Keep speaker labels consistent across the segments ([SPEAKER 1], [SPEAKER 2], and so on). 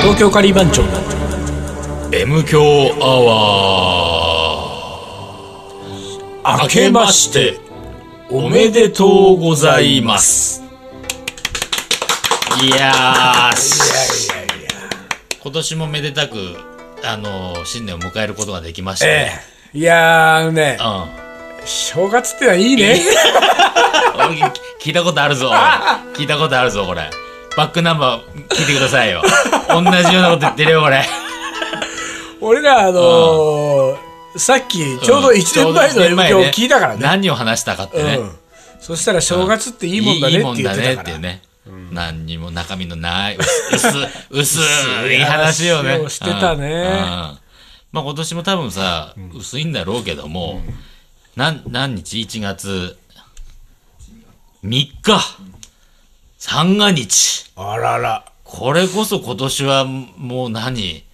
[SPEAKER 1] 東京カリー番長
[SPEAKER 2] M 強アワー
[SPEAKER 1] 明
[SPEAKER 2] 明けましておめでとうございますいやー 今年もめでたくあのー新年を迎えることができました
[SPEAKER 1] え
[SPEAKER 2] ね、
[SPEAKER 1] えいやーあのね
[SPEAKER 2] うん
[SPEAKER 1] 正月ってのはいいね
[SPEAKER 2] おい聞いたことあるぞおい聞いたことあるぞこれバックナンバー聞いてくださ いよ同じようなこと言ってるよこれ
[SPEAKER 1] 俺らあのー、さっきちょうど1年前の M 響を聞いたからね,、
[SPEAKER 2] 何を話したかってね、
[SPEAKER 1] うん、そしたら正月っていいもんだねって言ってたか
[SPEAKER 2] いいもんだねってい
[SPEAKER 1] ら
[SPEAKER 2] うね、何にも中身のない 薄薄薄い話をね
[SPEAKER 1] 話をしてたね
[SPEAKER 2] うんうんまあ今年も多分さ、薄いんだろうけども、なん何日 ?1 月3日三が日
[SPEAKER 1] あらら
[SPEAKER 2] これこそ今年はもう何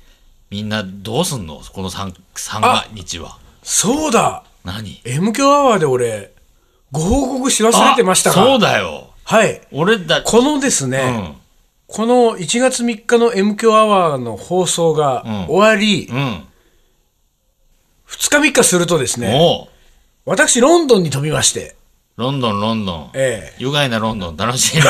[SPEAKER 2] みんなどうすんのこの三三が日は
[SPEAKER 1] そうだ
[SPEAKER 2] 何
[SPEAKER 1] M 響アワーで俺ご報告し忘れてました
[SPEAKER 2] あ
[SPEAKER 1] が
[SPEAKER 2] そうだよ
[SPEAKER 1] はい
[SPEAKER 2] 俺だ
[SPEAKER 1] このですね、この1月3日の M 響アワーの放送が
[SPEAKER 2] うん
[SPEAKER 1] 終わり、
[SPEAKER 2] うんうん
[SPEAKER 1] 2日3日するとですね、
[SPEAKER 2] もう
[SPEAKER 1] 私、ロンドンに飛びまして、
[SPEAKER 2] ロンドン、ロンドン。
[SPEAKER 1] え
[SPEAKER 2] 愉快なロンドン、楽しい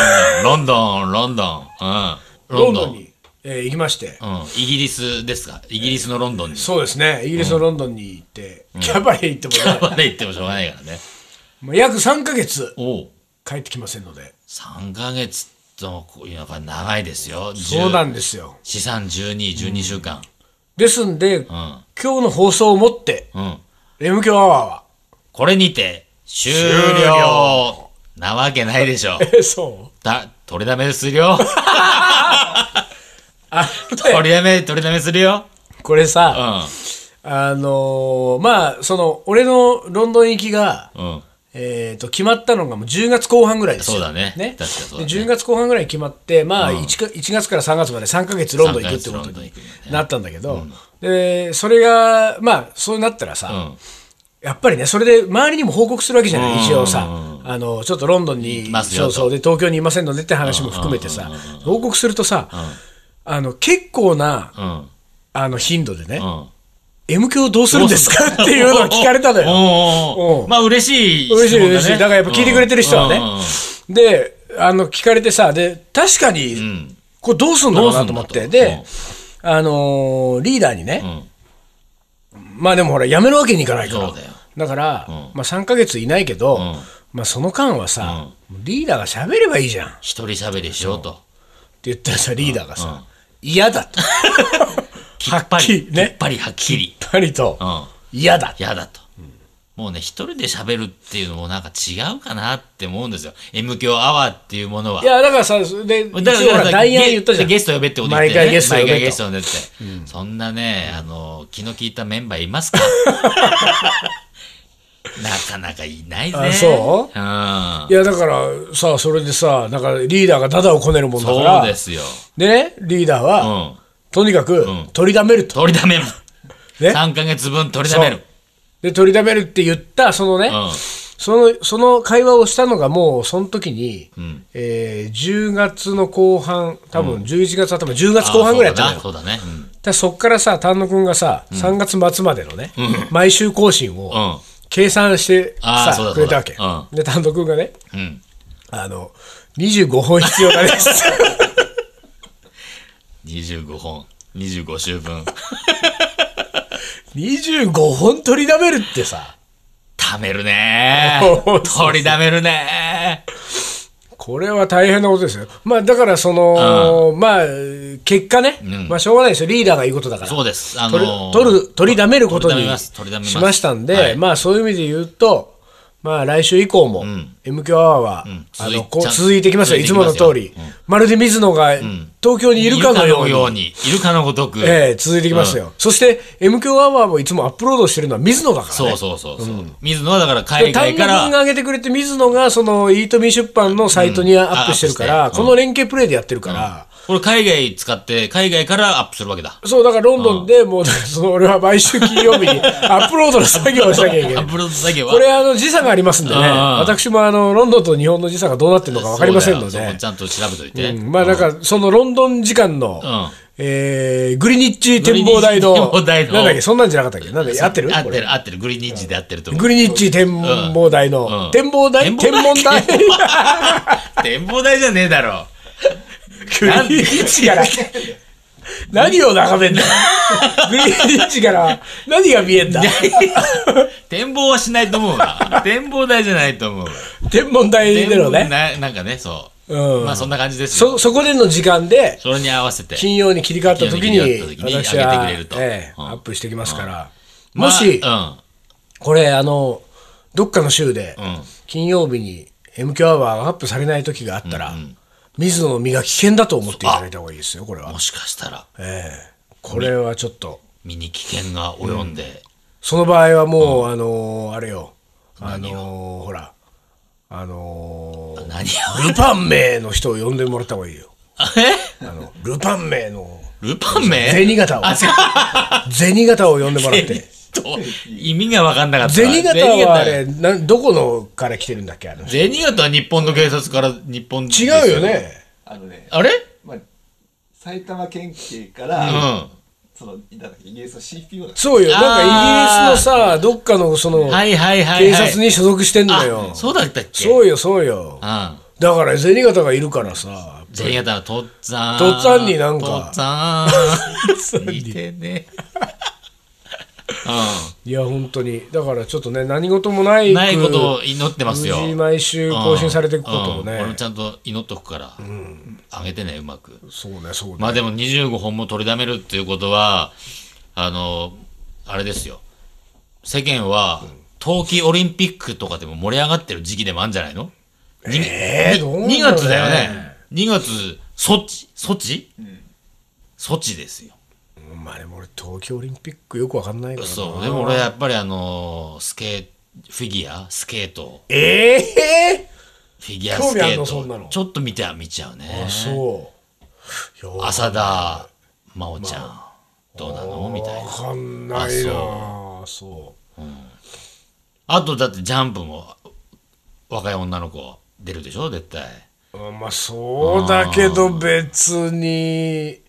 [SPEAKER 2] ロンドン、 ロンドン、ロンドン。うん。
[SPEAKER 1] ロンドンに、えー行きまして、
[SPEAKER 2] うん。イギリスですかイギリスのロンドンに。
[SPEAKER 1] そうですね、イギリスのロンドンに行って、キャバレー行ってもら
[SPEAKER 2] 頑張れ言ってもしょうがないからね。
[SPEAKER 1] う、もう約3ヶ月
[SPEAKER 2] おう。
[SPEAKER 1] 帰ってきませんので、
[SPEAKER 2] 3ヶ月と、こういうのが長いですよ。
[SPEAKER 1] そうな
[SPEAKER 2] 10
[SPEAKER 1] んですよ。
[SPEAKER 2] 四三十二十二週間。
[SPEAKER 1] ですんで、
[SPEAKER 2] うん。
[SPEAKER 1] 今日の放送をもって、
[SPEAKER 2] うん。
[SPEAKER 1] M 響アワーは、
[SPEAKER 2] これにて、終
[SPEAKER 1] 終
[SPEAKER 2] 了なわけないでしょ。
[SPEAKER 1] えそう。
[SPEAKER 2] だ、取りだめす るよ。
[SPEAKER 1] あ
[SPEAKER 2] 取りだめ、取りだめするよ。
[SPEAKER 1] これ
[SPEAKER 2] う
[SPEAKER 1] さ、
[SPEAKER 2] ん。
[SPEAKER 1] あのーまあ、その、俺のロンドン行きが、
[SPEAKER 2] うん。
[SPEAKER 1] えー、と決まったのがもう10月後半ぐらいですよ
[SPEAKER 2] そうだね確かそうだね
[SPEAKER 1] で10月後半ぐらいに決まって、まあ
[SPEAKER 2] うん
[SPEAKER 1] 1, か1月から3月まで3か月ロンドン行くってこ
[SPEAKER 2] 三ヶ
[SPEAKER 1] と
[SPEAKER 2] 月ロンドン
[SPEAKER 1] に
[SPEAKER 2] 行くんだよね
[SPEAKER 1] なったんだけど、でそれがまあそうなったらさ、
[SPEAKER 2] うん。
[SPEAKER 1] やっぱりねそれで周りにも報告するわけじゃない、
[SPEAKER 2] うん
[SPEAKER 1] 一応さあのちょっとロンドンに
[SPEAKER 2] ますよと
[SPEAKER 1] そうそうで東京にいませんのでって話も含めてさ、報告するとさ、あの結構な
[SPEAKER 2] うん。
[SPEAKER 1] あの頻度でね、
[SPEAKER 2] うん。
[SPEAKER 1] M 響どうするんですかっていうのを聞かれたの よ。
[SPEAKER 2] よ
[SPEAKER 1] うん
[SPEAKER 2] まあ嬉しい質問だね。
[SPEAKER 1] 嬉しい嬉しいだからやっぱ聞いてくれてる人はね
[SPEAKER 2] うんうんうん
[SPEAKER 1] であの聞かれてさで確かに、
[SPEAKER 2] ん
[SPEAKER 1] これどうすんだろうなと思っ
[SPEAKER 2] ど
[SPEAKER 1] て
[SPEAKER 2] うすんだと
[SPEAKER 1] で、あのーリーダーにね、
[SPEAKER 2] ん
[SPEAKER 1] まあでもほらやめるわけにいかないから
[SPEAKER 2] そうだよ
[SPEAKER 1] から、まあ、3か月いないけど、
[SPEAKER 2] ん
[SPEAKER 1] まあ、その間はさ、リーダーが喋ればいいじゃんって
[SPEAKER 2] 一人喋りしようと。
[SPEAKER 1] 言ったらさリーダーがさ嫌、だと
[SPEAKER 2] きっぱ
[SPEAKER 1] はっき
[SPEAKER 2] り、
[SPEAKER 1] りね
[SPEAKER 2] きっぱりはっきり。
[SPEAKER 1] やっぱりと
[SPEAKER 2] うん。
[SPEAKER 1] 嫌だ
[SPEAKER 2] 嫌だと。もうね、一人で喋るっていうのもなんか違うかなって思うんですよ。M 響アワーっていうものは。
[SPEAKER 1] いやだからさそれで一
[SPEAKER 2] だから
[SPEAKER 1] 応ほらダイアン
[SPEAKER 2] ゲ
[SPEAKER 1] 言ったじゃん
[SPEAKER 2] ゲスト呼べってこと言って、
[SPEAKER 1] 毎
[SPEAKER 2] ね、
[SPEAKER 1] 回ゲスト呼べと
[SPEAKER 2] 毎回ゲスト呼べって、そんなね、あの、気の利いたメンバーいま すかなかなかいないぜ。
[SPEAKER 1] あそ
[SPEAKER 2] うん。
[SPEAKER 1] いやだからさそれでさだからリーダーがダダをこねるもんだか
[SPEAKER 2] そう
[SPEAKER 1] ら
[SPEAKER 2] ですよ。
[SPEAKER 1] でねリーダー
[SPEAKER 2] う
[SPEAKER 1] は、
[SPEAKER 2] ん。
[SPEAKER 1] とにかく、取りだめると
[SPEAKER 2] 取りだめる。
[SPEAKER 1] ね
[SPEAKER 2] 3ヶ月分取りだめる。
[SPEAKER 1] で取りだめるって言ったそのね、
[SPEAKER 2] うん
[SPEAKER 1] そのその会話をしたのがもうその時に、
[SPEAKER 2] ん
[SPEAKER 1] えー10月の後半多分11月頭、10月後半ぐらいだった
[SPEAKER 2] だ
[SPEAKER 1] のよ
[SPEAKER 2] そうだね。うん
[SPEAKER 1] だからそっからさ丹野くんがさ、3月末までのね、毎週更新
[SPEAKER 2] う
[SPEAKER 1] を
[SPEAKER 2] ん。
[SPEAKER 1] 計算して
[SPEAKER 2] あー
[SPEAKER 1] さ、
[SPEAKER 2] そうだ
[SPEAKER 1] くれたわけ、
[SPEAKER 2] そうだ
[SPEAKER 1] で丹野くんがね
[SPEAKER 2] うん。
[SPEAKER 1] あの25本必要だねって
[SPEAKER 2] 25本。25週分。
[SPEAKER 1] 25本取りだめるってさ
[SPEAKER 2] 貯めるね
[SPEAKER 1] そうそう
[SPEAKER 2] 取りだめるね
[SPEAKER 1] これは大変なことですよ。まあ、だから、その、まあ、結果ね、
[SPEAKER 2] ん
[SPEAKER 1] まあ、しょうがないですよ。リーダーが言うことだから。
[SPEAKER 2] そうです。あ
[SPEAKER 1] 取
[SPEAKER 2] の
[SPEAKER 1] る、取る、取りだめること
[SPEAKER 2] 取
[SPEAKER 1] に
[SPEAKER 2] りだめます取りだめます
[SPEAKER 1] しましたんで、
[SPEAKER 2] はい
[SPEAKER 1] まあ、そういう意味で言うと、まあ、来週以降も、M 響アワーは、あ
[SPEAKER 2] 続い
[SPEAKER 1] の、こう
[SPEAKER 2] ちゃん
[SPEAKER 1] 続いてきますよ。い
[SPEAKER 2] 続いて
[SPEAKER 1] つ
[SPEAKER 2] き
[SPEAKER 1] も
[SPEAKER 2] ますよ
[SPEAKER 1] の通り。まるで水野が、東京にいるかのように。
[SPEAKER 2] いるかのごとく。
[SPEAKER 1] ええ続いてきますよ。そして、M 響アワーもいつもアップロードしてるのは水野だからね。
[SPEAKER 2] そうそうそうそう。水野はだから
[SPEAKER 1] で
[SPEAKER 2] 海
[SPEAKER 1] 丹野
[SPEAKER 2] 外
[SPEAKER 1] 君
[SPEAKER 2] か
[SPEAKER 1] が
[SPEAKER 2] ら、
[SPEAKER 1] 上げてくれて、水野がそのイートミー出版のサイトにアップしてるか
[SPEAKER 2] あア
[SPEAKER 1] ら、
[SPEAKER 2] ップして
[SPEAKER 1] この連携プレイでやってるから、
[SPEAKER 2] これ海外使って、海外からアップするわけだ。
[SPEAKER 1] そう、だからロンドンでもう、その俺は毎週金曜日 にアップロードの作業をしなきゃいけな
[SPEAKER 2] ア
[SPEAKER 1] い
[SPEAKER 2] ッ。プロード作業は。
[SPEAKER 1] これ、あの、時差がありますんでね、
[SPEAKER 2] うんうん
[SPEAKER 1] 私もあの、ロンドンと日本の時差がどうなってるのか分かりませんの
[SPEAKER 2] そうだよそ
[SPEAKER 1] で
[SPEAKER 2] こ、ちゃんと調べといて。
[SPEAKER 1] うんまあだから、そのロンドン時間の
[SPEAKER 2] うん、
[SPEAKER 1] えー、グリニッジ展望台の、
[SPEAKER 2] グリニッジ展望台の
[SPEAKER 1] なんだっけ、そんなんじゃなかったっけなんだっけ合ってる
[SPEAKER 2] 合って
[SPEAKER 1] これ
[SPEAKER 2] る、合ってる。グリーンニッジで合ってると思う。
[SPEAKER 1] グリニッジ展望台の、
[SPEAKER 2] うん
[SPEAKER 1] 展望台
[SPEAKER 2] 展
[SPEAKER 1] 天
[SPEAKER 2] 望
[SPEAKER 1] 文
[SPEAKER 2] 台
[SPEAKER 1] 台
[SPEAKER 2] 展望台じゃねえ だろ。
[SPEAKER 1] グリニッジから、何を眺めんだグリニッジから何が見えんだ
[SPEAKER 2] 展望はしないと思うわ。展望台じゃないと思うわ。
[SPEAKER 1] 天文台でのね。
[SPEAKER 2] ななんかね、そう。
[SPEAKER 1] うん
[SPEAKER 2] まあそんな感じですよ。
[SPEAKER 1] そ、そこでの時間で、
[SPEAKER 2] それに合わせて。
[SPEAKER 1] 金曜に切り替わった時に、
[SPEAKER 2] 金曜に切り替わった時に
[SPEAKER 1] 私は、
[SPEAKER 2] 上げてくれると
[SPEAKER 1] ええ
[SPEAKER 2] うん
[SPEAKER 1] アップしてきますから。
[SPEAKER 2] まあ
[SPEAKER 1] もし、
[SPEAKER 2] うん。
[SPEAKER 1] これ、あの、どっかの週で、
[SPEAKER 2] ん
[SPEAKER 1] 金曜日に MQ アワーがアップされない時があったら、水野の身が危険だと思っていただいた方がいいですよ、これは
[SPEAKER 2] も。しかしたら、
[SPEAKER 1] ええこれはちょっと、
[SPEAKER 2] 身に危険が及んで、
[SPEAKER 1] その場合はもう、あのーあれよ、あのーほら、あのー
[SPEAKER 2] 何
[SPEAKER 1] ルパン名の人を呼んでもらった方がいいよ。
[SPEAKER 2] を。 え
[SPEAKER 1] あの、ルパン名の
[SPEAKER 2] ルパン名
[SPEAKER 1] 銭形を
[SPEAKER 2] あ、そう。
[SPEAKER 1] 銭形を呼んでもらって。
[SPEAKER 2] と意味が分かんなかった。
[SPEAKER 1] 銭形はあれ、なんどこのから来てるんだっけあの人
[SPEAKER 2] 銭形は日本の警察から日本です
[SPEAKER 1] 違うよ。ね。
[SPEAKER 3] あのね、
[SPEAKER 2] あれ
[SPEAKER 3] まあ、埼玉県警か
[SPEAKER 2] うん。
[SPEAKER 3] ら、
[SPEAKER 2] は
[SPEAKER 3] その、なんだっけイギリスの CPO だっけ
[SPEAKER 1] そうよ。
[SPEAKER 2] あ
[SPEAKER 1] な
[SPEAKER 2] ー
[SPEAKER 1] んかイギリスのさ、どっかのその、
[SPEAKER 2] いはいはい、はい。
[SPEAKER 1] 警察に所属してんのよ
[SPEAKER 2] あ。そうだったっけ
[SPEAKER 1] そうよ、そうよ。
[SPEAKER 2] うん。
[SPEAKER 1] だから銭形がいるからさ、
[SPEAKER 2] 銭形はとっつぁん。
[SPEAKER 1] とっつぁんになんか
[SPEAKER 2] とっつ ぁん。似てね。
[SPEAKER 1] いや、本当に。だからちょっとね、何事もな
[SPEAKER 2] う
[SPEAKER 1] い。
[SPEAKER 2] ん。ないことを祈ってますよ。
[SPEAKER 1] 無事毎週更新されていくことを
[SPEAKER 2] うんうん俺も
[SPEAKER 1] ね
[SPEAKER 2] ち。ゃんと祈っとくから。あげてね、うまく。
[SPEAKER 1] そうね、そう
[SPEAKER 2] ま
[SPEAKER 1] ね。
[SPEAKER 2] あでも25本も取りだめるっていうことは、あの、あれですよ。世間は、冬季オリンピックとかでも盛り上がってる時期でもあるんじゃないのに
[SPEAKER 1] えーどうなん
[SPEAKER 2] に
[SPEAKER 1] だろうね
[SPEAKER 2] ?2 月だよね。2月、措置措置、措置ですよ。
[SPEAKER 1] まあでも俺、東京オリンピックよくわかんないからな。
[SPEAKER 2] そう。でも俺やっぱりあの、スケフィギュアスケート。
[SPEAKER 1] ええ
[SPEAKER 2] フィギュアスケ
[SPEAKER 1] 興味あん
[SPEAKER 2] ー
[SPEAKER 1] のそんなの
[SPEAKER 2] ト。ちょっと見ては見ちゃうね
[SPEAKER 1] あ、。そう。いや
[SPEAKER 2] 浅田真央ちゃん、どうなのみたいな
[SPEAKER 1] わ。かんないなあそ
[SPEAKER 2] あとだってジャンプも若い女の子出るでしょ絶対。
[SPEAKER 1] ううんまあそうだけど別に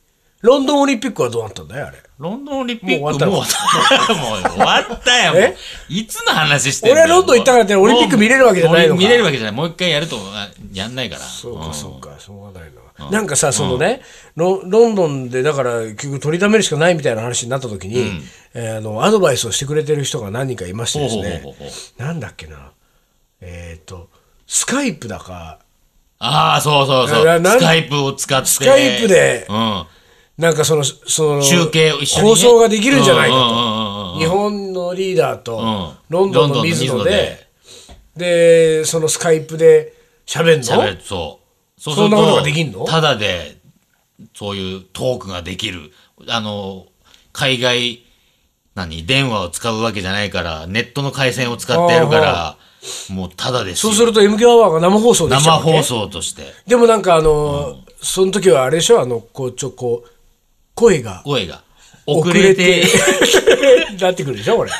[SPEAKER 1] ロンドンオリンピックはどうなったんだよあれ
[SPEAKER 2] ロンドンオリンピックも
[SPEAKER 1] もう
[SPEAKER 2] う
[SPEAKER 1] 終
[SPEAKER 2] 終
[SPEAKER 1] わ
[SPEAKER 2] わった。もう 終わったよ。もう
[SPEAKER 1] え
[SPEAKER 2] いつの話してんの
[SPEAKER 1] 俺はロンドン行ったからってオリンピック見れるわけじゃないのか
[SPEAKER 2] もう見れるわけじゃない。もう一回やるとあやんないから。
[SPEAKER 1] そう
[SPEAKER 2] う
[SPEAKER 1] か
[SPEAKER 2] ん
[SPEAKER 1] そうかしょうがないななんかさそのねロロンドンでだから結局取りためるしかないみたいな話になった時に、えーあのアドバイスをしてくれてる人が何人かいましてですね
[SPEAKER 2] ほうほうほうほ
[SPEAKER 1] なんだっけなえっ、とスカイプだか
[SPEAKER 2] ああ、そうそうそ
[SPEAKER 1] な
[SPEAKER 2] う。
[SPEAKER 1] なん
[SPEAKER 2] スカイプを使って。ス
[SPEAKER 1] カイプで
[SPEAKER 2] うん。
[SPEAKER 1] なんかそのその
[SPEAKER 2] 中継を一緒にね、
[SPEAKER 1] 放送ができるんじゃないかと。
[SPEAKER 2] と
[SPEAKER 1] 日本のリーダーと
[SPEAKER 2] ん
[SPEAKER 1] ロンドンの水野で、で、そのスカイプで喋ん
[SPEAKER 2] 喋
[SPEAKER 1] の
[SPEAKER 2] るそうそう
[SPEAKER 1] そんなことが
[SPEAKER 2] する
[SPEAKER 1] できんの
[SPEAKER 2] ただでそういうトークができるあの海外何電話を使うわけじゃないからネットの回線を使ってやるからもうただですよ
[SPEAKER 1] そうすると MQ アワーが生放送できち
[SPEAKER 2] 生
[SPEAKER 1] ゃうわけ
[SPEAKER 2] 放送として
[SPEAKER 1] でもなんかあの、その時はあれでしょあの、こう、ちょ、こう、声が
[SPEAKER 2] 声が遅れて
[SPEAKER 1] 遅れて なってくるでしょこれ。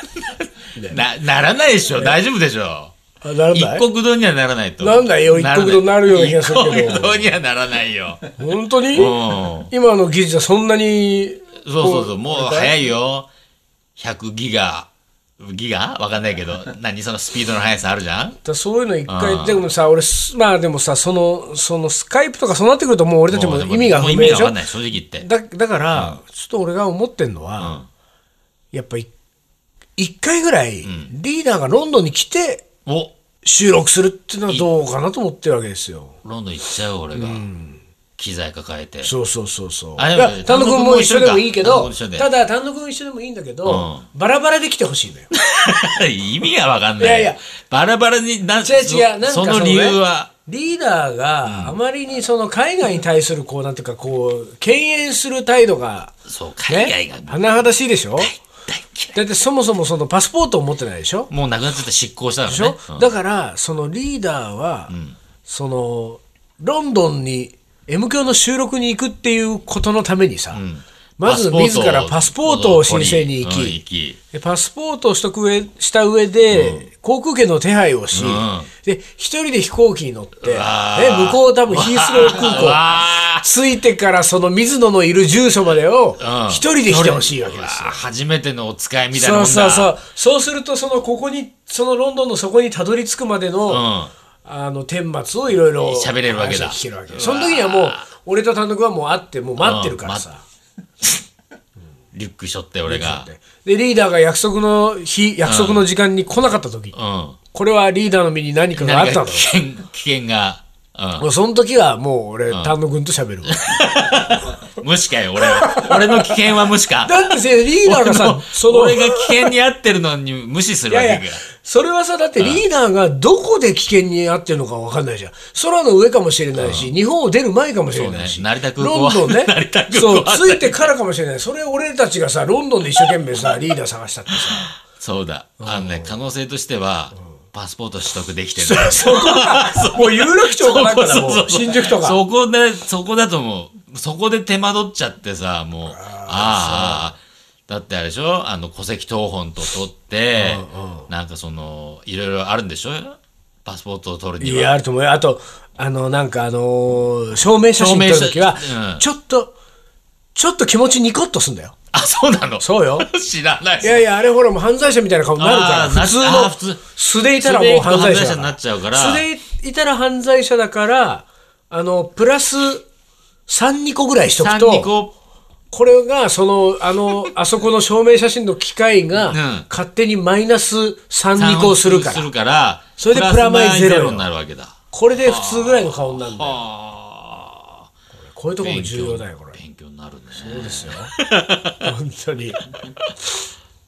[SPEAKER 2] なならないでしょ大丈夫でしょ
[SPEAKER 1] あなら
[SPEAKER 2] 一
[SPEAKER 1] ない
[SPEAKER 2] 国堂にはならないと
[SPEAKER 1] なんだよ一国堂になるような気がするけど
[SPEAKER 2] 一国堂にはならないよ
[SPEAKER 1] 本当に
[SPEAKER 2] うん
[SPEAKER 1] 今の技術はそんなに、
[SPEAKER 2] そうそうそ
[SPEAKER 1] こ
[SPEAKER 2] う、もう早いよ。100ギガ、ギガわかんな いけど、何そのスピードの速さあるじゃん
[SPEAKER 1] だそういうの一
[SPEAKER 2] う
[SPEAKER 1] 回、
[SPEAKER 2] ん
[SPEAKER 1] でもさ、俺す、まあでもさ、その、そのスカイプとかそうなってくるともう俺たちも意味が
[SPEAKER 2] もう
[SPEAKER 1] 不
[SPEAKER 2] 意
[SPEAKER 1] 明
[SPEAKER 2] 味
[SPEAKER 1] で
[SPEAKER 2] が
[SPEAKER 1] し
[SPEAKER 2] わ
[SPEAKER 1] ょ
[SPEAKER 2] かんない、正直言って。
[SPEAKER 1] だだから、ちょっと俺が思ってんのは、やっぱり1回ぐらい、リーダーがロンドンに来て
[SPEAKER 2] お
[SPEAKER 1] 収録するっていうのはどうかなと思ってるわけですよ。
[SPEAKER 2] ロンドン行っちゃう俺が。機材抱えて。
[SPEAKER 1] そうそうそうそう。
[SPEAKER 2] あで
[SPEAKER 1] い
[SPEAKER 2] も
[SPEAKER 1] や丹野くんも一緒でもいいけど、
[SPEAKER 2] 単独も一緒で
[SPEAKER 1] ただ丹野くん一緒でもいいんだけど、バラバラで来てほしいのよ。
[SPEAKER 2] 意味がわかんない。
[SPEAKER 1] いやいや
[SPEAKER 2] バラバラになっ
[SPEAKER 1] 違う違う、なんか
[SPEAKER 2] そ
[SPEAKER 1] そ
[SPEAKER 2] の
[SPEAKER 1] ね
[SPEAKER 2] 理由は。。
[SPEAKER 1] リーダーがあまりにその海外に対するこうなんていうかこう敬遠する態度が、
[SPEAKER 2] そう、海外
[SPEAKER 1] ね
[SPEAKER 2] が、大
[SPEAKER 1] 甚だしいでしょ
[SPEAKER 2] 嫌い。
[SPEAKER 1] だってそもそもそのパスポートを持ってないでしょ
[SPEAKER 2] もうなくなっちゃって執行した
[SPEAKER 1] でしょ、
[SPEAKER 2] からね。
[SPEAKER 1] だからそのリーダーは、そのロンドンに M 響の収録に行くっていうことのためにさ、まず自らパスポートを申請に行き、
[SPEAKER 2] き。うん行き
[SPEAKER 1] でパスポートを取得した上で、航空券の手配をし、
[SPEAKER 2] うん
[SPEAKER 1] で、一人で飛行機に乗って、ね、
[SPEAKER 2] うわー
[SPEAKER 1] 向こう多分ヒースロー空
[SPEAKER 2] う
[SPEAKER 1] 港、
[SPEAKER 2] わー
[SPEAKER 1] 着いてからその水野のいる住所までを
[SPEAKER 2] うん、
[SPEAKER 1] 一人で来てほしいわけですよ
[SPEAKER 2] うわー初めてのお使いみたいな
[SPEAKER 1] そ
[SPEAKER 2] もん
[SPEAKER 1] う
[SPEAKER 2] だ
[SPEAKER 1] そうそう。そうすると、そのここに、そのロンドンのそこにたどり着くまでの、
[SPEAKER 2] うん
[SPEAKER 1] あの、顛末をいろいろ
[SPEAKER 2] 喋れるわけだ
[SPEAKER 1] 話を聞けるわけその時にはもう、俺と単独はもう会って、もう待ってるから
[SPEAKER 2] う
[SPEAKER 1] さ。
[SPEAKER 2] リュックしょって俺が
[SPEAKER 1] で、リーダーが約束の日、約束の時間に来なかった時、
[SPEAKER 2] うん
[SPEAKER 1] これはリーダーの身に何かがあっ
[SPEAKER 2] なん
[SPEAKER 1] たの。
[SPEAKER 2] か危険危険が、
[SPEAKER 1] もうその時はもう俺、丹野くんと喋る わ。
[SPEAKER 2] うん、無視かよ俺は 俺の危険は無視か
[SPEAKER 1] だってせ、リーダー
[SPEAKER 2] 俺
[SPEAKER 1] がさ
[SPEAKER 2] の、
[SPEAKER 1] その、
[SPEAKER 2] 俺
[SPEAKER 1] い
[SPEAKER 2] が危険に遭ってるのに無視するわけ
[SPEAKER 1] や
[SPEAKER 2] か
[SPEAKER 1] いや、それはさ、だってリーダーがどこで危険に遭ってるのか分かんないじゃん。空の上かもしれないし、日本を出る前かもしれないし。
[SPEAKER 2] そうね成田空港は
[SPEAKER 1] ロンドン ね。
[SPEAKER 2] 成田空港
[SPEAKER 1] そう、
[SPEAKER 2] は
[SPEAKER 1] 着いてからかもしれない。それ俺たちがさ、ロンドンで一生懸命さ、リーダー探したってさ。
[SPEAKER 2] そうだあのね可能性としてはパスポート取得できてる
[SPEAKER 1] そこが、もう有楽町かなんかだも。
[SPEAKER 2] そうそうそうん
[SPEAKER 1] 新宿とか。
[SPEAKER 2] そこでそこだともうそこで手間取っちゃってさもうああだってあれでしょあの戸籍謄本と取ってなんかそのいろいろあるんでしょパスポートを取るに
[SPEAKER 1] い
[SPEAKER 2] は
[SPEAKER 1] や、あると思うよ。あと、あの、なんかあのー証明写真撮るときは
[SPEAKER 2] 証明写、うん
[SPEAKER 1] ちょっと、ちょっと気持ちニコッとすんだよ。
[SPEAKER 2] あそうなの
[SPEAKER 1] そうよ。
[SPEAKER 2] 知らない
[SPEAKER 1] いやいや、あれほら、もう犯罪者みたいな顔になる
[SPEAKER 2] あー
[SPEAKER 1] か
[SPEAKER 2] な
[SPEAKER 1] ら、普通
[SPEAKER 2] あー
[SPEAKER 1] の、
[SPEAKER 2] 普通
[SPEAKER 1] 素でいたらもう犯罪者だ
[SPEAKER 2] 素でいくと犯罪者になっちゃうから
[SPEAKER 1] 素でいたら犯罪者だから、あの、プラス3、2個ぐらいしとく
[SPEAKER 2] 三二
[SPEAKER 1] と、
[SPEAKER 2] 個
[SPEAKER 1] これが、その、あの、あそこの証明写真の機械が
[SPEAKER 2] ん、
[SPEAKER 1] 勝手にマイナス3、2個するか
[SPEAKER 2] する
[SPEAKER 1] ら、
[SPEAKER 2] から
[SPEAKER 1] それでプラマイゼロよ
[SPEAKER 2] プラマイになるわけだ
[SPEAKER 1] これで普通ぐらいの顔になるんだよ。
[SPEAKER 2] ああ
[SPEAKER 1] こういうところも重要だよ、これ。
[SPEAKER 2] 勉強になるね
[SPEAKER 1] そうですよ。 本当に。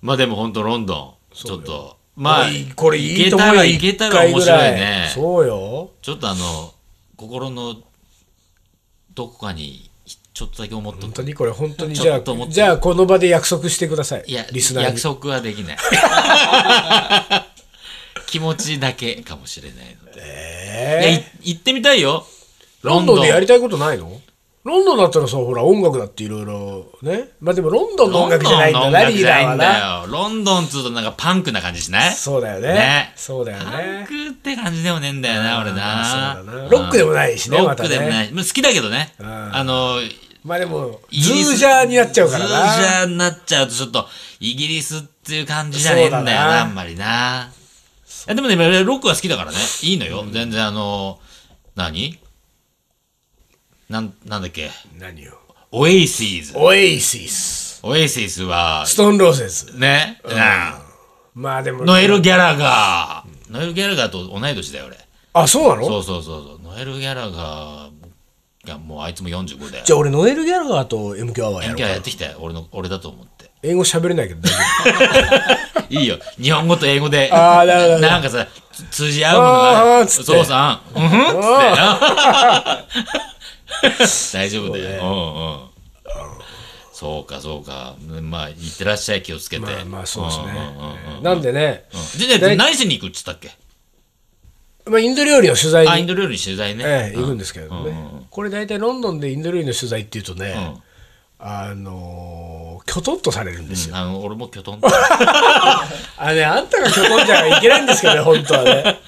[SPEAKER 2] まあでも本当ロンドンちょっとまあ
[SPEAKER 1] これいいと思うよ。
[SPEAKER 2] 行けたら
[SPEAKER 1] 一回
[SPEAKER 2] 面
[SPEAKER 1] ぐら
[SPEAKER 2] 白いね
[SPEAKER 1] そうよ。
[SPEAKER 2] ちょっとあの心のどこかにちょっとだけ思っと
[SPEAKER 1] 本
[SPEAKER 2] く
[SPEAKER 1] 当にこれ本当に
[SPEAKER 2] ちょ
[SPEAKER 1] じゃ
[SPEAKER 2] ちょっと思っ
[SPEAKER 1] あ
[SPEAKER 2] て
[SPEAKER 1] じゃあこの場で約束してください
[SPEAKER 2] いや
[SPEAKER 1] リスナーに
[SPEAKER 2] 約束はできない 気持ちだけかもしれないので、
[SPEAKER 1] え
[SPEAKER 2] いや
[SPEAKER 1] ー
[SPEAKER 2] い行ってみたいよ
[SPEAKER 1] ロンドンでやりたいことないのロンドンだったらさほら音楽だっていろいろねまあでもロンドンの音楽じゃないんだな
[SPEAKER 2] ロンドンの音楽
[SPEAKER 1] リ
[SPEAKER 2] じ
[SPEAKER 1] ー
[SPEAKER 2] ゃ
[SPEAKER 1] ダー
[SPEAKER 2] ない
[SPEAKER 1] は
[SPEAKER 2] ん
[SPEAKER 1] な
[SPEAKER 2] だよロンドンっつうとなんかパンクな感じしない
[SPEAKER 1] そうだよね
[SPEAKER 2] ね
[SPEAKER 1] そうだよ
[SPEAKER 2] パン
[SPEAKER 1] ね
[SPEAKER 2] クって感じでもねえんだよな俺
[SPEAKER 1] あーそうだ
[SPEAKER 2] な
[SPEAKER 1] なロックでもないしね
[SPEAKER 2] ロ
[SPEAKER 1] ま
[SPEAKER 2] ッ
[SPEAKER 1] た
[SPEAKER 2] ク
[SPEAKER 1] ね
[SPEAKER 2] でもないまあ好きだけどね
[SPEAKER 1] ん
[SPEAKER 2] あの
[SPEAKER 1] まあでも
[SPEAKER 2] イギ
[SPEAKER 1] ズ
[SPEAKER 2] リス
[SPEAKER 1] ージャーになっちゃうから
[SPEAKER 2] ズージ
[SPEAKER 1] な
[SPEAKER 2] ャーになっちゃうとちょっとイギリスっていう感じじゃねえんだよ
[SPEAKER 1] そうだ
[SPEAKER 2] な
[SPEAKER 1] な
[SPEAKER 2] あんまりなあでもね俺ロックは好きだからねいいのよ、全然あの何なんなんだっけ
[SPEAKER 1] 何よ
[SPEAKER 2] オエイシーズ
[SPEAKER 1] オエイシス
[SPEAKER 2] オエイシーズは
[SPEAKER 1] ストーンローゼズ
[SPEAKER 2] ね、なあ
[SPEAKER 1] まあでも
[SPEAKER 2] ノエル・ギャラガーノエル・ギャラガーと同い年だよ俺
[SPEAKER 1] あそうなの
[SPEAKER 2] そうそうそうそうノエル・ギャラガーがもうあいつも45で
[SPEAKER 1] じゃあ俺ノエル・ギャラガーと MQ アワーや
[SPEAKER 2] 勉
[SPEAKER 1] ろう
[SPEAKER 2] 強
[SPEAKER 1] か
[SPEAKER 2] やってきたよ俺の俺だと思って
[SPEAKER 1] 英語喋れないけど大丈
[SPEAKER 2] いいよ。日本語と英語で。
[SPEAKER 1] あーなるほど
[SPEAKER 2] なんかさ、つ通じ合うものが
[SPEAKER 1] あ
[SPEAKER 2] あ
[SPEAKER 1] ー
[SPEAKER 2] る。
[SPEAKER 1] つって
[SPEAKER 2] そうさ ん。うんふん つって。大丈夫だよ。うんうん。そうか、そうか。まあ、行ってらっしゃい、気をつけて。
[SPEAKER 1] 夫まあまあそうですね
[SPEAKER 2] んうんうんうん
[SPEAKER 1] なんでね
[SPEAKER 2] で、で、何しに行くっつったっけ
[SPEAKER 1] まあインド料理の取材に
[SPEAKER 2] あ、インド料理に取材ね。
[SPEAKER 1] ええ、
[SPEAKER 2] う
[SPEAKER 1] 行
[SPEAKER 2] ん
[SPEAKER 1] くんですけれどもね、
[SPEAKER 2] うんうん
[SPEAKER 1] これ大体ロンドンでインド料理の取材っていうとね、
[SPEAKER 2] ん
[SPEAKER 1] あのー、きょとんとされるんですよ、
[SPEAKER 2] あの俺もきょとんと。
[SPEAKER 1] あれねあんたがきょとんじゃいけないんです けどね本当はね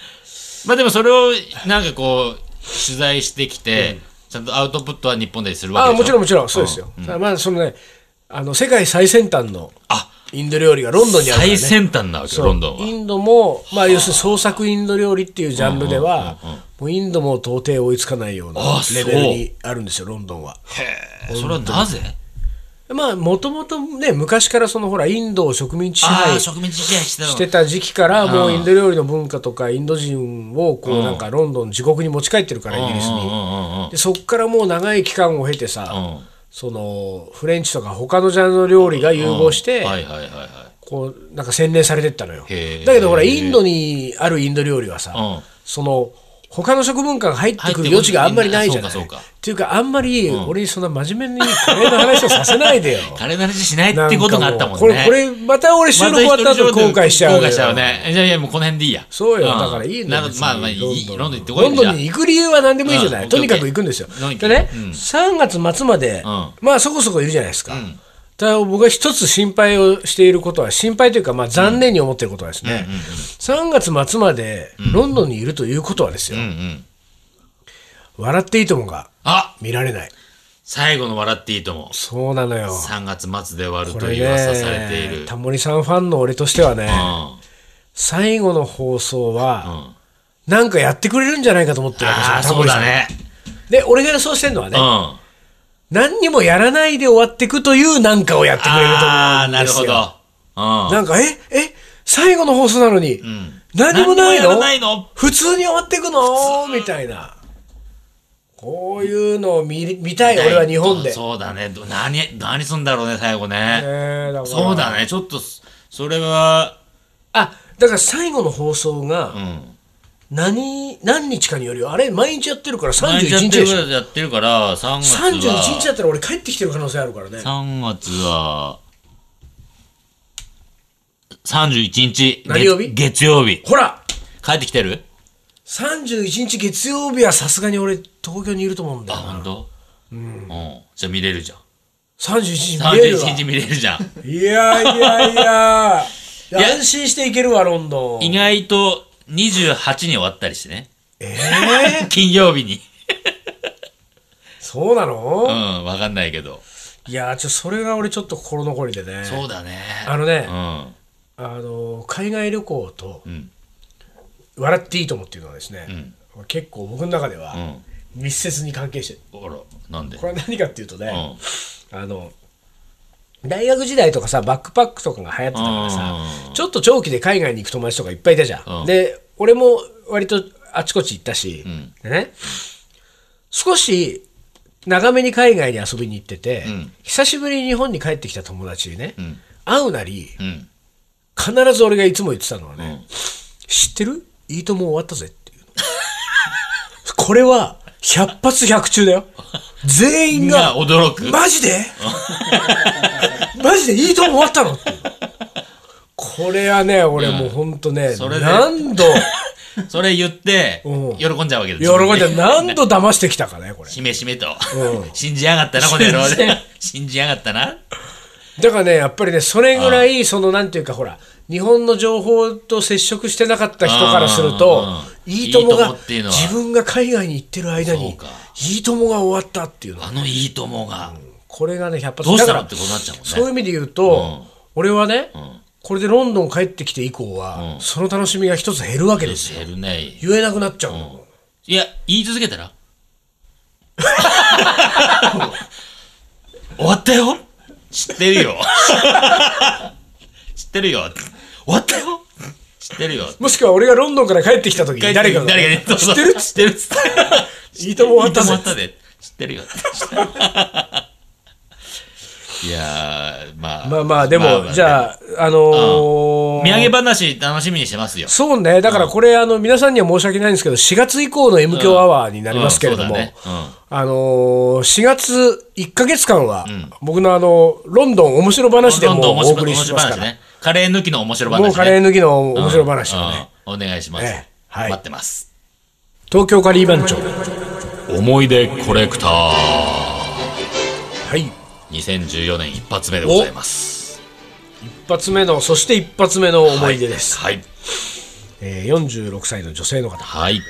[SPEAKER 2] まあでもそれを、なんかこう、取材してきて、ちゃんとアウトプットは日本でするわ
[SPEAKER 1] あ
[SPEAKER 2] け
[SPEAKER 1] あ
[SPEAKER 2] でしょ
[SPEAKER 1] もちろんもちろんそうですよ、ただまあそのねあの世界最先端の
[SPEAKER 2] あ、
[SPEAKER 1] インド料理がロンドンにあるから、ね、
[SPEAKER 2] 最先端なわけよ、ロンドンは。
[SPEAKER 1] インドも、まあ、要するに創作インド料理っていうジャンルでは、もうインドも到底追いつかないような
[SPEAKER 2] あそう
[SPEAKER 1] レベルにあるんですよ、ロンドンは。
[SPEAKER 2] へえそれはなぜ
[SPEAKER 1] まあ、もともとね、昔からそのほら、インドを植民地支
[SPEAKER 2] ああ
[SPEAKER 1] 配
[SPEAKER 2] 植民地支配してたの
[SPEAKER 1] してた時期から、もうインド料理の文化とか、インド人をこう、なんかロンドン、自国に持ち帰ってるから、イギリス
[SPEAKER 2] うんうん
[SPEAKER 1] に。
[SPEAKER 2] うんうん
[SPEAKER 1] で、そこからもう長い期間を経てさ、
[SPEAKER 2] うん
[SPEAKER 1] そのフレンチとか他のジャンルの料理が融合して、
[SPEAKER 2] はいはいはいはい
[SPEAKER 1] こうなんか洗練されてったのよ
[SPEAKER 2] へー
[SPEAKER 1] だけどほらインドにあるインド料理はさ、
[SPEAKER 2] うん
[SPEAKER 1] その他の食文化が入ってくる
[SPEAKER 2] 入ってくる
[SPEAKER 1] 余地があんまりないじゃない
[SPEAKER 2] そうかそうか
[SPEAKER 1] っていうかあんまり俺にそんな真面目にカレーの話をさせない でよ
[SPEAKER 2] 彼の話しないってことがあったもんね
[SPEAKER 1] なんかうこれこれまた俺収録終わった後後悔しちゃうよ
[SPEAKER 2] 後悔しちゃうねじゃあいやもうこの辺でいいや
[SPEAKER 1] そうよ、
[SPEAKER 2] ん
[SPEAKER 1] だからいいの
[SPEAKER 2] な
[SPEAKER 1] よ
[SPEAKER 2] る
[SPEAKER 1] 別に
[SPEAKER 2] まあまあいいロンドン行ってこい
[SPEAKER 1] ロン
[SPEAKER 2] よ
[SPEAKER 1] ドンに行く理由は何でもいいじゃない、
[SPEAKER 2] うん
[SPEAKER 1] とにかく行くんですよ
[SPEAKER 2] ロンドン行
[SPEAKER 1] で
[SPEAKER 2] く
[SPEAKER 1] ね、
[SPEAKER 2] うん
[SPEAKER 1] 3月末まで、
[SPEAKER 2] ん
[SPEAKER 1] まあそこそこいるじゃないですか、ただ僕が一つ心配をしていることは、心配というか、まあ、残念に思っていることはですね、3月末までロンドンにいるということはですよ、
[SPEAKER 2] うんうん。
[SPEAKER 1] 笑っていいともが
[SPEAKER 2] あ
[SPEAKER 1] 見られない。
[SPEAKER 2] 最後の笑っていいとも。
[SPEAKER 1] そうなのよ。
[SPEAKER 2] 3月末で終わる
[SPEAKER 1] ことれ
[SPEAKER 2] いう噂されてい
[SPEAKER 1] ね
[SPEAKER 2] る、。
[SPEAKER 1] タモリさんファンの俺としてはね、
[SPEAKER 2] うん。
[SPEAKER 1] 最後の放送は、
[SPEAKER 2] うん
[SPEAKER 1] なんかやってくれるんじゃないかと思ってるわけですよ
[SPEAKER 2] ああ、
[SPEAKER 1] タ
[SPEAKER 2] そ
[SPEAKER 1] モ
[SPEAKER 2] う
[SPEAKER 1] リさ
[SPEAKER 2] だ
[SPEAKER 1] ん
[SPEAKER 2] ね。
[SPEAKER 1] で、俺が予想してるのは
[SPEAKER 2] う
[SPEAKER 1] ね
[SPEAKER 2] ん。、あ
[SPEAKER 1] 何にもやらないで終わっていくというなんかをやってくれると思
[SPEAKER 2] あ
[SPEAKER 1] う
[SPEAKER 2] ー、
[SPEAKER 1] ん
[SPEAKER 2] な
[SPEAKER 1] で
[SPEAKER 2] る
[SPEAKER 1] す
[SPEAKER 2] ほ
[SPEAKER 1] よ。
[SPEAKER 2] ど。うん。
[SPEAKER 1] なんか、え、え、最後の放送なのに、
[SPEAKER 2] ん
[SPEAKER 1] 何もない
[SPEAKER 2] 何もや
[SPEAKER 1] の
[SPEAKER 2] らないの
[SPEAKER 1] 普通に終わっていくのみたいな。こういうのを見り見たい、俺は日本で。
[SPEAKER 2] そうだね。ど何、何すんだろうね、最後
[SPEAKER 1] え
[SPEAKER 2] ね。
[SPEAKER 1] ーだから
[SPEAKER 2] そうだね。ちょっと、そそれは、
[SPEAKER 1] あ、だから最後の放送が
[SPEAKER 2] うん。
[SPEAKER 1] 何、何日かによるよ。あれ、毎日やってるから
[SPEAKER 2] 毎
[SPEAKER 1] 31
[SPEAKER 2] 日やって
[SPEAKER 1] 日
[SPEAKER 2] る
[SPEAKER 1] で
[SPEAKER 2] ぐ
[SPEAKER 1] し
[SPEAKER 2] ら
[SPEAKER 1] ょ。
[SPEAKER 2] いやってるから、3月は。
[SPEAKER 1] 31日だったら俺帰ってきてる可能性あるからね。
[SPEAKER 2] 3月は、31日。
[SPEAKER 1] 何曜日
[SPEAKER 2] 月月曜日。
[SPEAKER 1] ほら
[SPEAKER 2] 帰ってきてる
[SPEAKER 1] !31 日月曜日はさすがに俺東京にいると思うんだ
[SPEAKER 2] あ、
[SPEAKER 1] よな。
[SPEAKER 2] 本当？うん。じゃあ見れるじゃん。
[SPEAKER 1] 31日見えるわ。
[SPEAKER 2] 31日見れるじゃん。
[SPEAKER 1] いやいやいや 安心していけるわ、ロンドン。
[SPEAKER 2] 意外と28に終わったりしてね。
[SPEAKER 1] えー
[SPEAKER 2] 金曜日に。
[SPEAKER 1] そうな
[SPEAKER 2] う
[SPEAKER 1] の、
[SPEAKER 2] ん、わかんないけど。
[SPEAKER 1] いやちょ、それが俺ちょっと心残りでね。
[SPEAKER 2] そうだね。
[SPEAKER 1] あのね、
[SPEAKER 2] うん。
[SPEAKER 1] あの、海外旅行と
[SPEAKER 2] うん。
[SPEAKER 1] 笑っていいと思っていうのはですね、結構僕の中では密接に関係してる。
[SPEAKER 2] あら、なんで
[SPEAKER 1] これは何かっていうと
[SPEAKER 2] う
[SPEAKER 1] ね、
[SPEAKER 2] ん。
[SPEAKER 1] あの、大学時代とかさ、バックパックとかが流行ってたからさ、
[SPEAKER 2] うん
[SPEAKER 1] ちょっと長期で海外に行く友達とかいっぱいいたじゃん。
[SPEAKER 2] うん
[SPEAKER 1] で、俺も割とあちこち行ったし、
[SPEAKER 2] ん
[SPEAKER 1] でね、少し長めに海外に遊びに行ってて、
[SPEAKER 2] うん
[SPEAKER 1] 久しぶりに日本に帰ってきた友達にね、
[SPEAKER 2] うん。
[SPEAKER 1] 会うなり、
[SPEAKER 2] うん。
[SPEAKER 1] 必ず俺がいつも言ってたのはね、
[SPEAKER 2] うん
[SPEAKER 1] 知ってるいいとも終わったぜっていうの。 これは、100発100中だよ。全員
[SPEAKER 2] みんな
[SPEAKER 1] が、
[SPEAKER 2] 驚く。
[SPEAKER 1] マジでマジでいいとも終わったのっていうこれはね、俺もうほんとね、
[SPEAKER 2] それで
[SPEAKER 1] 何 度、
[SPEAKER 2] それ言って
[SPEAKER 1] うん、
[SPEAKER 2] 喜んじゃうわけ
[SPEAKER 1] 喜
[SPEAKER 2] ですよ。
[SPEAKER 1] んで何度騙してきたかね、これ。
[SPEAKER 2] しめしめと
[SPEAKER 1] う。
[SPEAKER 2] 信じやがったな、この野郎
[SPEAKER 1] 信じや。
[SPEAKER 2] 信じやがったな。
[SPEAKER 1] だからね、やっぱりね、それぐらい、そのなんていうか、ほら、日本の情報と接触してなかった人からすると
[SPEAKER 2] あ、ー
[SPEAKER 1] いいとも
[SPEAKER 2] いいと
[SPEAKER 1] が
[SPEAKER 2] もっ、ていうのは
[SPEAKER 1] 自分が海外に行ってる間
[SPEAKER 2] そう
[SPEAKER 1] に
[SPEAKER 2] か、
[SPEAKER 1] いいともが終わったっていうの。
[SPEAKER 2] あのいいともが、
[SPEAKER 1] これがね、100発
[SPEAKER 2] どうし
[SPEAKER 1] だ
[SPEAKER 2] たの
[SPEAKER 1] から
[SPEAKER 2] ってことになっちゃうもんね。
[SPEAKER 1] そういう意味で言うと、俺はね、これでロンドン帰ってきて以降は、
[SPEAKER 2] うん
[SPEAKER 1] その楽しみが一つ減るわけですよ。
[SPEAKER 2] 減るね。
[SPEAKER 1] 言えなくなっちゃうの。
[SPEAKER 2] いや、言い続け たら終わったよ知って るよ。知ってるよ。終わったよ知ってるよ。
[SPEAKER 1] もしくは俺がロンドンから帰ってきた時に誰かが、
[SPEAKER 2] 誰か
[SPEAKER 1] 知ってる
[SPEAKER 2] 知ってる知ってる
[SPEAKER 1] いいとも終わった
[SPEAKER 2] いいとも終わ
[SPEAKER 1] ぜ
[SPEAKER 2] っ。たで。知ってるよ。いやー、まあ。
[SPEAKER 1] まあまあ、でも、じ
[SPEAKER 2] あ。
[SPEAKER 1] ゃあ、あのー
[SPEAKER 2] 土産話楽しみにしてますよ。
[SPEAKER 1] そうね、だからこれ、あの皆さんには申し訳ないんですけど、4月以降の M 強アワーになりますけれども、
[SPEAKER 2] うんうんそうだね
[SPEAKER 1] あのー4月1か月間は、僕のあのロンドン面白話で
[SPEAKER 2] どん
[SPEAKER 1] も
[SPEAKER 2] どん
[SPEAKER 1] うお
[SPEAKER 2] 面白
[SPEAKER 1] 送り
[SPEAKER 2] 面
[SPEAKER 1] し
[SPEAKER 2] 白
[SPEAKER 1] ますか
[SPEAKER 2] 話
[SPEAKER 1] ら、
[SPEAKER 2] ね。カレー抜きの面白話ね。
[SPEAKER 1] もうカレー抜きの面白話をね、
[SPEAKER 2] うんうんお願いします。
[SPEAKER 1] ええはい
[SPEAKER 2] 待ってます。
[SPEAKER 1] 東京カリー番長、
[SPEAKER 2] 思い出コレクター。
[SPEAKER 1] はい、一
[SPEAKER 2] 2014年一発目でございます。
[SPEAKER 1] 発目の、そして一発目の思い出です、
[SPEAKER 2] はい。
[SPEAKER 1] えー46歳の女性の方、
[SPEAKER 2] はい。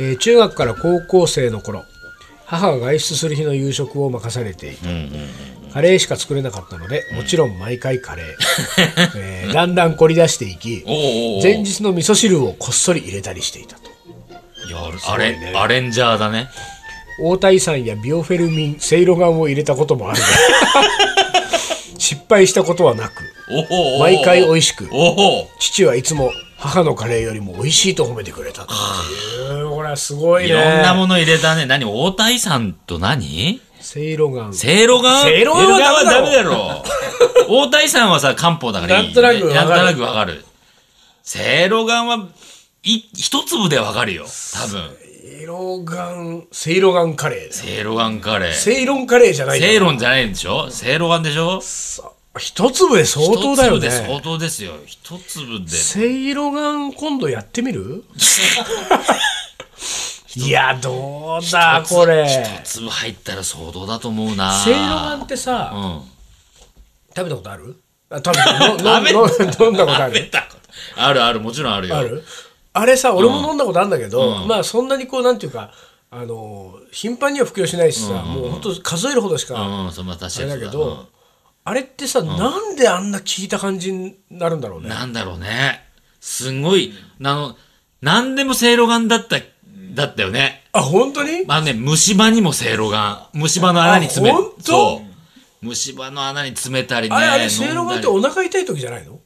[SPEAKER 1] えー中学から高校生の頃母が外出する日の夕食を任されていた、カレーしか作れなかったのでもちろん毎回カレー、え ーだんだん凝り出していき
[SPEAKER 2] おーおーおー
[SPEAKER 1] 前日の味噌汁をこっそり入れたりしていたと
[SPEAKER 2] いやあれ、アレンジャーだね。
[SPEAKER 1] 大体酸やビオフェルミンセイロガンを入れたことも あるが失敗したことはなく
[SPEAKER 2] おーおーおー
[SPEAKER 1] 毎回美味しく
[SPEAKER 2] おお。
[SPEAKER 1] 父はいつも母のカレーよりも美味しいと褒めてくれたというこれはすごいね
[SPEAKER 2] いろんなもの入れたね。何大谷さんと何
[SPEAKER 1] セイロガン
[SPEAKER 2] せいろが
[SPEAKER 1] せいろがんはダ
[SPEAKER 2] ダ
[SPEAKER 1] メ
[SPEAKER 2] メ
[SPEAKER 1] だ
[SPEAKER 2] だろ。大谷さんはさ、漢方だからいい。
[SPEAKER 1] なんとなくわかる
[SPEAKER 2] なんとなくわかる。せいろがんは、い、一粒でわかるよ。多分。
[SPEAKER 1] セイロガンセイロガンカレーです
[SPEAKER 2] せいろがんカレー。
[SPEAKER 1] セイロンカレーじゃない
[SPEAKER 2] セイ
[SPEAKER 1] ン
[SPEAKER 2] ロンじゃないんでしょせいろがんでしょ
[SPEAKER 1] 一粒で相当だよ
[SPEAKER 2] 一粒で相
[SPEAKER 1] ね
[SPEAKER 2] 当ですよ。一粒で。
[SPEAKER 1] セイロガン今度やってみる いやどうだこれ
[SPEAKER 2] 一粒入ったら相当だと思うな。
[SPEAKER 1] セイロガンってさ、
[SPEAKER 2] うん。
[SPEAKER 1] 食べたことあるあ食べた 飲
[SPEAKER 2] 食べた
[SPEAKER 1] 飲飲飲んだことあ
[SPEAKER 2] 食べ
[SPEAKER 1] る
[SPEAKER 2] たことあるある、もちろんあるよ。
[SPEAKER 1] あるあれさ俺も飲んだことあるんだけど、
[SPEAKER 2] うん
[SPEAKER 1] まあそんなにこうなんていうかあの頻繁には服用しないしさ、もうほんと数えるほどしか、
[SPEAKER 2] うん、うん、そんな確
[SPEAKER 1] あれ
[SPEAKER 2] かに
[SPEAKER 1] だ
[SPEAKER 2] そう
[SPEAKER 1] け
[SPEAKER 2] だ。
[SPEAKER 1] ど、あれってさ、なんであんな効いた感じになるんだろう
[SPEAKER 2] うん
[SPEAKER 1] ね
[SPEAKER 2] なんだろうね。すごい、あの、なんでもせいろがんだった、だったよね。
[SPEAKER 1] あ本当に
[SPEAKER 2] まあね、虫歯にもせいろがん。虫歯の穴に詰
[SPEAKER 1] あ
[SPEAKER 2] め
[SPEAKER 1] ほんと、
[SPEAKER 2] そう。虫歯の穴に詰めたりね。
[SPEAKER 1] あれあれせいろがんって
[SPEAKER 2] 飲んだり
[SPEAKER 1] お腹痛い時じゃないの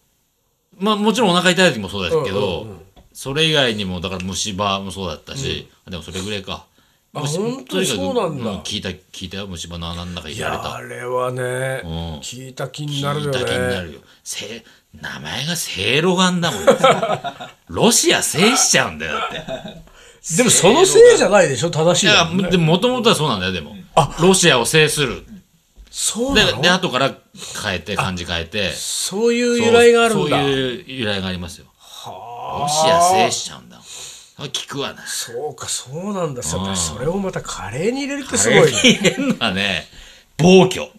[SPEAKER 2] まあもちろんお腹痛い時もそうだけど、
[SPEAKER 1] うんうん
[SPEAKER 2] それ以外にも、だから虫歯もそうだったし、でもそれぐらいか。
[SPEAKER 1] あ
[SPEAKER 2] 虫
[SPEAKER 1] ほんとに
[SPEAKER 2] とに
[SPEAKER 1] そ
[SPEAKER 2] か
[SPEAKER 1] う
[SPEAKER 2] く
[SPEAKER 1] なんだ
[SPEAKER 2] 聞いた、聞いたよ、虫歯の穴の中に
[SPEAKER 1] い
[SPEAKER 2] 入れられ
[SPEAKER 1] やあ
[SPEAKER 2] た。
[SPEAKER 1] れはね、
[SPEAKER 2] うん
[SPEAKER 1] 聞いた気になる
[SPEAKER 2] 聞
[SPEAKER 1] よ
[SPEAKER 2] い
[SPEAKER 1] ね
[SPEAKER 2] た気になるよ。せ名前がせいろがんだもん、 ね、ロシア制しちゃうんだよ、だって。
[SPEAKER 1] でもそのせいじゃないでしょ正しい
[SPEAKER 2] い
[SPEAKER 1] の
[SPEAKER 2] や、
[SPEAKER 1] はね
[SPEAKER 2] でも、もともとはそうなんだよ、でも。ロシアを制する。
[SPEAKER 1] そう
[SPEAKER 2] で
[SPEAKER 1] な、の
[SPEAKER 2] で、後から変えて、漢字変えて。
[SPEAKER 1] そういう由来があるんだ
[SPEAKER 2] そうそういう由来がありますよ。
[SPEAKER 1] はあ
[SPEAKER 2] ロシア制しちゃうんだ。あ聞くわな。
[SPEAKER 1] そうかそうなんだそう
[SPEAKER 2] うん
[SPEAKER 1] それをまたカレーに入れるって
[SPEAKER 2] あ
[SPEAKER 1] す
[SPEAKER 2] れ
[SPEAKER 1] ご
[SPEAKER 2] に
[SPEAKER 1] いね
[SPEAKER 2] 入れるのはね、暴 挙。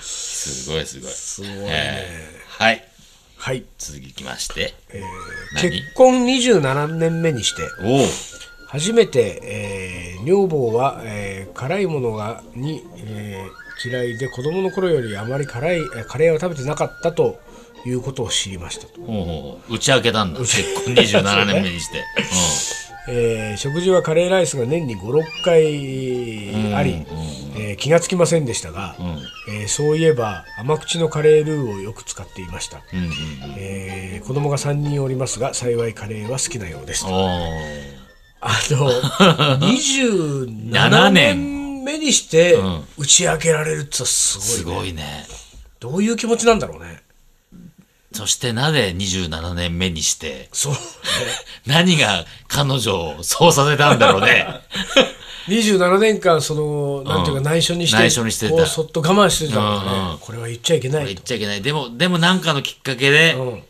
[SPEAKER 2] すごいすごい。
[SPEAKER 1] すごいね
[SPEAKER 2] えーはい。
[SPEAKER 1] はい、
[SPEAKER 2] 続きまして。
[SPEAKER 1] えー
[SPEAKER 2] 何
[SPEAKER 1] 結婚27年目にして
[SPEAKER 2] おう。
[SPEAKER 1] 初めて、えー女房は、えー辛いものがに、えー嫌いで子供の頃よりあまり辛いえーカレーを食べてなかったということを知りましたと、
[SPEAKER 2] ほうほうほう打ち明けたんだ。結婚27年目にして。
[SPEAKER 1] えー食事はカレーライスが年に56回あり、えー気がつきませんでしたが、えーそういえば甘口のカレールーをよく使っていました、
[SPEAKER 2] うん。うんうんうん。
[SPEAKER 1] えー子供が3人おりますが幸いカレーは好きなようですと
[SPEAKER 2] お
[SPEAKER 1] あ の27年目にして
[SPEAKER 2] ん
[SPEAKER 1] 打ち明けられるって
[SPEAKER 2] お。
[SPEAKER 1] す
[SPEAKER 2] す
[SPEAKER 1] ごい,、ね
[SPEAKER 2] ごいね。
[SPEAKER 1] どういう気持ちなんだろうね
[SPEAKER 2] そしてなぜ27年目にして、
[SPEAKER 1] そう
[SPEAKER 2] 何が彼女をそうさせたんだろう ね。
[SPEAKER 1] 27年間そのなんていうか
[SPEAKER 2] うん
[SPEAKER 1] 内緒にして,、
[SPEAKER 2] 内緒にしてた
[SPEAKER 1] こうそっと我慢してたのね、
[SPEAKER 2] うんうん
[SPEAKER 1] これは言っちゃいけな
[SPEAKER 2] 言
[SPEAKER 1] い
[SPEAKER 2] っ
[SPEAKER 1] と、
[SPEAKER 2] ちゃいけない。でも、でもなんかのきっかけで、
[SPEAKER 1] うん、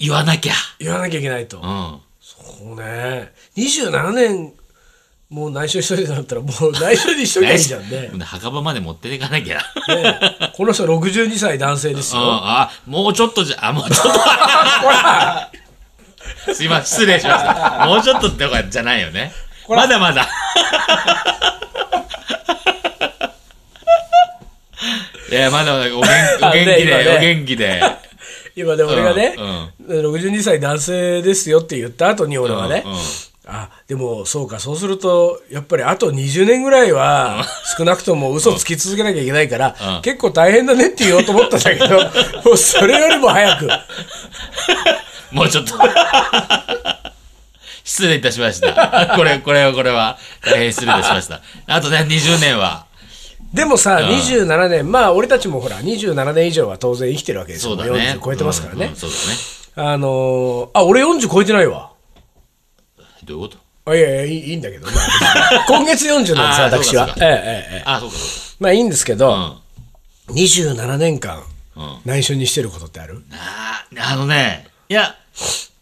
[SPEAKER 2] 言わなきゃ。
[SPEAKER 1] 言わなきゃいけないと、
[SPEAKER 2] うん。
[SPEAKER 1] そうね27年もう内緒にしといてたんだったらもう内緒にしときゃいいじゃん ね
[SPEAKER 2] ね墓場まで持っていかなきゃ。
[SPEAKER 1] ねこの人62歳男性です
[SPEAKER 2] うん、
[SPEAKER 1] よ
[SPEAKER 2] あ、もうちょっとじゃ、あ、もうちょっと。すいません、失礼しました。もうちょっとってかじゃないよね。
[SPEAKER 1] ら
[SPEAKER 2] まだまだ。いや、まだまだお元お元気
[SPEAKER 1] あね今
[SPEAKER 2] で、
[SPEAKER 1] ね
[SPEAKER 2] お元気で。
[SPEAKER 1] 今で俺がね、
[SPEAKER 2] う
[SPEAKER 1] 62歳男性ですよって言った後に俺はね、
[SPEAKER 2] うんうん
[SPEAKER 1] あでもそうかそうするとやっぱりあと20年ぐらいは少なくとも嘘つき続けなきゃいけないから、
[SPEAKER 2] うん
[SPEAKER 1] 結構大変だねって言おうと思ったんだけど もうそれよりも早く
[SPEAKER 2] もうちょっと。失礼いたしました。これ、これは、これは、大変失礼いたしました。あとね、20年は。
[SPEAKER 1] でもさ、
[SPEAKER 2] ん
[SPEAKER 1] 27年まあ俺たちもほら27年以上は当然生きてるわけです
[SPEAKER 2] そ
[SPEAKER 1] よ、
[SPEAKER 2] うだ
[SPEAKER 1] もう
[SPEAKER 2] ね。
[SPEAKER 1] 40超えてますからね、
[SPEAKER 2] うんうんそうだね。
[SPEAKER 1] あのーあ俺40超えてないわ
[SPEAKER 2] どういうこと
[SPEAKER 1] あいやいやいいいいんだけど、まあ 今月40なんですよ
[SPEAKER 2] あー
[SPEAKER 1] 私は
[SPEAKER 2] そうかそう
[SPEAKER 1] え
[SPEAKER 2] か
[SPEAKER 1] えええええ
[SPEAKER 2] あ、そうか、そ
[SPEAKER 1] まあいいんですけど、
[SPEAKER 2] うか。
[SPEAKER 1] 27年間
[SPEAKER 2] うん。うん。
[SPEAKER 1] 内緒にしてることってある
[SPEAKER 2] あーあのね、いや、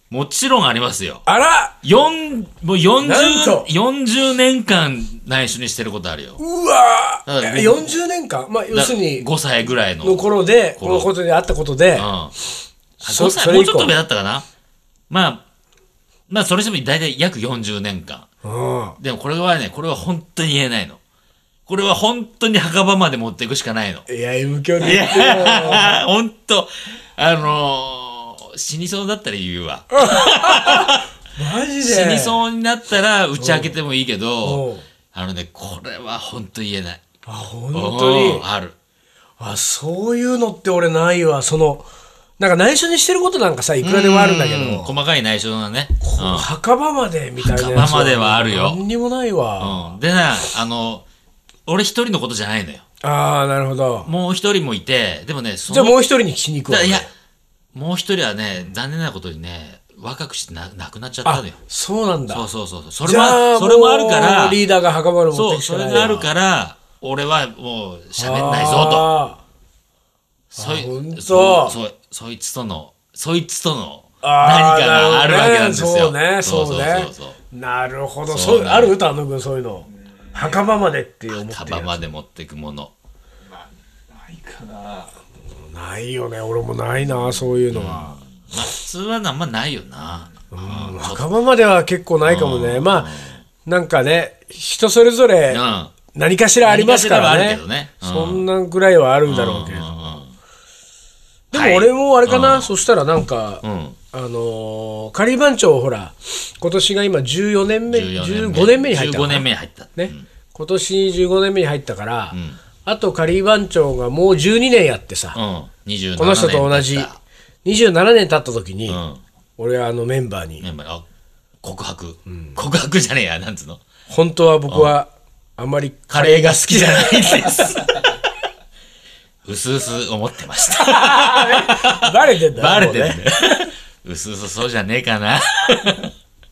[SPEAKER 2] もちろんありますよ。
[SPEAKER 1] あら
[SPEAKER 2] 四もう
[SPEAKER 1] なんと
[SPEAKER 2] 40、40年間内緒にしてることあるよ。
[SPEAKER 1] うわ
[SPEAKER 2] だから
[SPEAKER 1] ーえ40年間まあ要するに
[SPEAKER 2] 5歳ぐらいの。
[SPEAKER 1] の頃でこ
[SPEAKER 2] 頃
[SPEAKER 1] のことにあったことで
[SPEAKER 2] うん。
[SPEAKER 1] そそ
[SPEAKER 2] 5歳、
[SPEAKER 1] れ
[SPEAKER 2] も
[SPEAKER 1] 以降
[SPEAKER 2] うちょっと上だったかな。まあ、まあ、それしても大体約40年間。
[SPEAKER 1] うん
[SPEAKER 2] でもこれはね、これは本当に言えないの。これは本当に墓場まで持っていくしかないの。
[SPEAKER 1] いや M 距離
[SPEAKER 2] い
[SPEAKER 1] 言ってよ
[SPEAKER 2] や、 本当あのー死にそうだったら言うわ。
[SPEAKER 1] マジで
[SPEAKER 2] 死にそうになったら打ち明けてもいいけ
[SPEAKER 1] う
[SPEAKER 2] ど
[SPEAKER 1] ん、
[SPEAKER 2] あのね、これは本当言えない。
[SPEAKER 1] あ本当に
[SPEAKER 2] うんある。
[SPEAKER 1] あそういうのって俺ないわそのなんか内緒にしてることなんかさいくらでもあるんだけ
[SPEAKER 2] うん
[SPEAKER 1] ど
[SPEAKER 2] 細かい内緒だね。うん
[SPEAKER 1] 墓場までみたいなやつ
[SPEAKER 2] 墓場まではあるよ
[SPEAKER 1] 何にもないわ、
[SPEAKER 2] うん。でな、あの、俺一人のことじゃないのよ。
[SPEAKER 1] ああなるほど
[SPEAKER 2] もう一人もいて、でもね、そ
[SPEAKER 1] じゃあ
[SPEAKER 2] の
[SPEAKER 1] もう一人に聞きに行くわ
[SPEAKER 2] だいや、もう一人はね、残念なことにね、若くしてな亡くなっちゃった
[SPEAKER 1] あ
[SPEAKER 2] のよ。
[SPEAKER 1] そうなんだ
[SPEAKER 2] そうそうそうそう。そ
[SPEAKER 1] じ
[SPEAKER 2] れ
[SPEAKER 1] ゃ
[SPEAKER 2] も、
[SPEAKER 1] あ
[SPEAKER 2] それもあるから
[SPEAKER 1] もう、リーダーが墓場まで持って
[SPEAKER 2] そう、
[SPEAKER 1] くし
[SPEAKER 2] そ
[SPEAKER 1] か
[SPEAKER 2] れ
[SPEAKER 1] ない
[SPEAKER 2] があるから、俺はもう喋んないぞと。そい
[SPEAKER 1] あほんと
[SPEAKER 2] そうそうそいつとの、そいつとの
[SPEAKER 1] あ
[SPEAKER 2] 何かがあるわけなんです
[SPEAKER 1] ー
[SPEAKER 2] よ。
[SPEAKER 1] なるほどねそうねそうね
[SPEAKER 2] そうそう
[SPEAKER 1] なるほど
[SPEAKER 2] そ
[SPEAKER 1] そう
[SPEAKER 2] う
[SPEAKER 1] ある歌あの君そういうの墓場までって思
[SPEAKER 2] そう。
[SPEAKER 1] って
[SPEAKER 2] 墓
[SPEAKER 1] る
[SPEAKER 2] 場まで持っていくもの。
[SPEAKER 3] ないかな
[SPEAKER 1] ないよね俺もないなそういうのは、
[SPEAKER 2] まあ、普通はあんまないよな。
[SPEAKER 1] うんわがままでは結構ないかもね、まあなんかね人それぞれ
[SPEAKER 2] うん。
[SPEAKER 1] 何かしらありますから
[SPEAKER 2] 何かしらはあ
[SPEAKER 1] ね
[SPEAKER 2] るけどねうん
[SPEAKER 1] そんなぐらいはあるんだろうけれど、でも俺もあれかな、そしたらなんか、
[SPEAKER 2] うん。
[SPEAKER 1] あのー、カリー番長ほら今年が今14年目
[SPEAKER 2] 14
[SPEAKER 1] 15年目に入ったの
[SPEAKER 2] 15
[SPEAKER 1] かな
[SPEAKER 2] 年目に入った。
[SPEAKER 1] ね、今年15年目に入ったから、
[SPEAKER 2] ん
[SPEAKER 1] あとカリー番長がもう12年やってさ、
[SPEAKER 2] うん。27年
[SPEAKER 1] この人と同じ
[SPEAKER 2] 経った
[SPEAKER 1] 27年経った時に、
[SPEAKER 2] うん。
[SPEAKER 1] 俺はあのメンバーに、
[SPEAKER 2] メンバーあ、告白。告白じゃねえや、なんつうの。
[SPEAKER 1] 本当は僕はあまり
[SPEAKER 2] カレーが好きじゃない です。うすうす思ってました。
[SPEAKER 1] バレてんだ
[SPEAKER 2] バレてる
[SPEAKER 1] もう
[SPEAKER 2] ね。 うすうすそうじゃねえかな。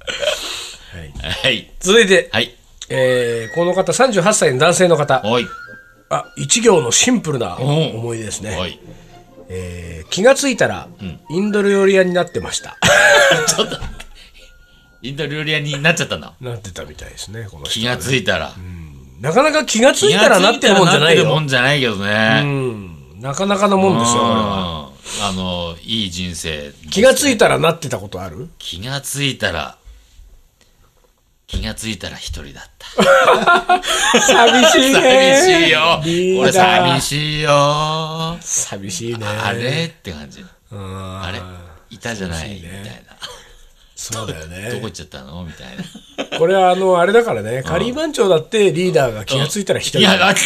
[SPEAKER 1] はい
[SPEAKER 2] はい。
[SPEAKER 1] 続いて、
[SPEAKER 2] はい。
[SPEAKER 1] えーこの方38歳の男性の方
[SPEAKER 2] おい。
[SPEAKER 1] あ一行のシンプルな
[SPEAKER 2] うん
[SPEAKER 1] 思い出ですね、
[SPEAKER 2] おい。
[SPEAKER 1] えー気がついたら、インド料理屋になってました
[SPEAKER 2] ちょっと、インド料理屋になっちゃったんだ。
[SPEAKER 1] なってたみたいですねこの人
[SPEAKER 2] 気がついたら。
[SPEAKER 1] なかなか気がついたらなってるもんじゃない
[SPEAKER 2] 気がつたらなってるも
[SPEAKER 1] よ
[SPEAKER 2] んじゃないけどね。
[SPEAKER 1] うんなかなかのもんですよこれは
[SPEAKER 2] うんあの、いい人生。
[SPEAKER 1] 気がついたらなってたことある
[SPEAKER 2] 気がついたら、気がついたら一人だった。
[SPEAKER 1] 寂しい
[SPEAKER 2] 寂しいよ。
[SPEAKER 1] リ
[SPEAKER 2] 俺
[SPEAKER 1] ーダー
[SPEAKER 2] 寂しいよ。あ
[SPEAKER 1] 寂しいね
[SPEAKER 2] れって感じ。
[SPEAKER 1] うん
[SPEAKER 2] あれいたじゃないみたい
[SPEAKER 1] そうだよ
[SPEAKER 2] な。どこ行っ
[SPEAKER 1] ね
[SPEAKER 2] ちゃったのみたいな。
[SPEAKER 1] これはあのあれだからねカリー番長だってリーダーが気がついたら一人
[SPEAKER 2] いや、
[SPEAKER 1] だ
[SPEAKER 2] だって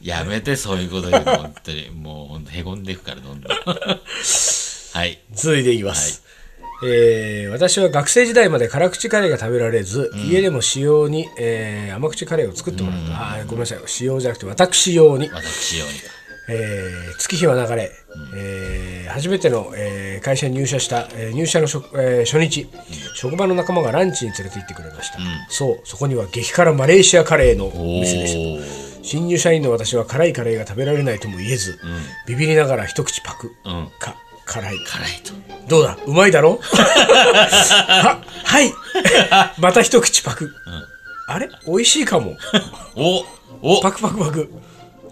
[SPEAKER 2] やめて、そういうこと言うの。本当に。もう、ほんとへこんでいくから、どんどん。はい。
[SPEAKER 1] 続いていきます、えー私は学生時代まで辛口カレーが食べられず、家でも使用に、えー甘口カレーを作ってもらった、あーごめんなさい使用じゃなくて私用に、
[SPEAKER 2] 私より。
[SPEAKER 1] えー月日は流れ、えー初めての、えー会社に入社した、えー入社の職、えー初日、職場の仲間がランチに連れて行ってくれました、そうそこには激辛マレーシアカレーのお
[SPEAKER 2] お
[SPEAKER 1] 店でした
[SPEAKER 2] ー。
[SPEAKER 1] 新入社員の私は辛いカレーが食べられないとも言えず、ビビりながら一口パク、
[SPEAKER 2] うん
[SPEAKER 1] か辛い
[SPEAKER 2] 辛いと。
[SPEAKER 1] どうだうまいだろははいまた一口パク、あれ美味しいかも
[SPEAKER 2] おお
[SPEAKER 1] パクパクパク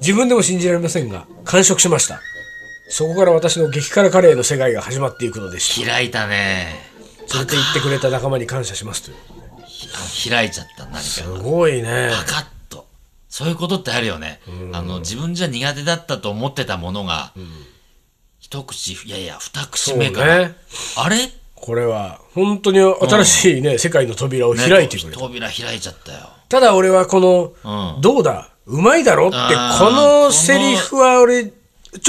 [SPEAKER 1] 自分でも信じられませんが完食しましたそこから私の激辛カレーの世界が始まっていくのでした
[SPEAKER 2] 開いたね。
[SPEAKER 1] 連れて行ってくれた仲間に感謝しますという
[SPEAKER 2] ひ開いちゃった、何
[SPEAKER 1] す
[SPEAKER 2] か。
[SPEAKER 1] ごいね
[SPEAKER 2] パカッと。そういうことってあるよね。あの、自分じゃ苦手だったと思ってたものが、一口、いやいや、二口
[SPEAKER 1] そう
[SPEAKER 2] 目から、
[SPEAKER 1] ね
[SPEAKER 2] あれ
[SPEAKER 1] これは本当に新しいね、世界の扉を開いてくれた、
[SPEAKER 2] 扉開いちゃったよ。
[SPEAKER 1] ただ俺はこの、
[SPEAKER 2] うん
[SPEAKER 1] どうだうまいだろって
[SPEAKER 2] あー
[SPEAKER 1] このセリフは俺ち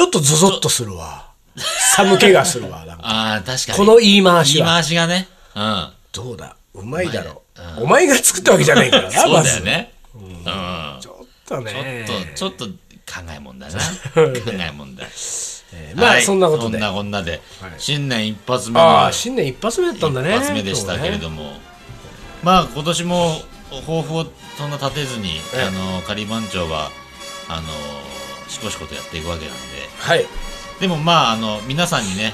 [SPEAKER 1] ょっとゾゾッとするわ寒気がするわなんか
[SPEAKER 2] ああ、確かに。
[SPEAKER 1] この言い回し
[SPEAKER 2] 言い
[SPEAKER 1] は
[SPEAKER 2] 回しがね。うん。
[SPEAKER 1] どうだうまいだろお前が作ったわけじゃないからな
[SPEAKER 2] そう
[SPEAKER 1] ま
[SPEAKER 2] だ
[SPEAKER 1] ず
[SPEAKER 2] よね。うん。ち
[SPEAKER 1] ち
[SPEAKER 2] ょ
[SPEAKER 1] ょっとね
[SPEAKER 2] っと、ちょっと考えも んだな。考えもんだ。
[SPEAKER 1] まあ、
[SPEAKER 2] はい
[SPEAKER 1] そんなことで
[SPEAKER 2] そんなこんなで
[SPEAKER 1] い、
[SPEAKER 2] 新年一発目
[SPEAKER 1] あ
[SPEAKER 2] の
[SPEAKER 1] あ新年一発目だったんだね
[SPEAKER 2] 一発目でしたけれども、まあ今年も抱負をそんな立てずに、
[SPEAKER 1] ええ
[SPEAKER 2] あの仮番長はあのしこしことやっていくわけなんで
[SPEAKER 1] はい
[SPEAKER 2] でもまああの皆さんにね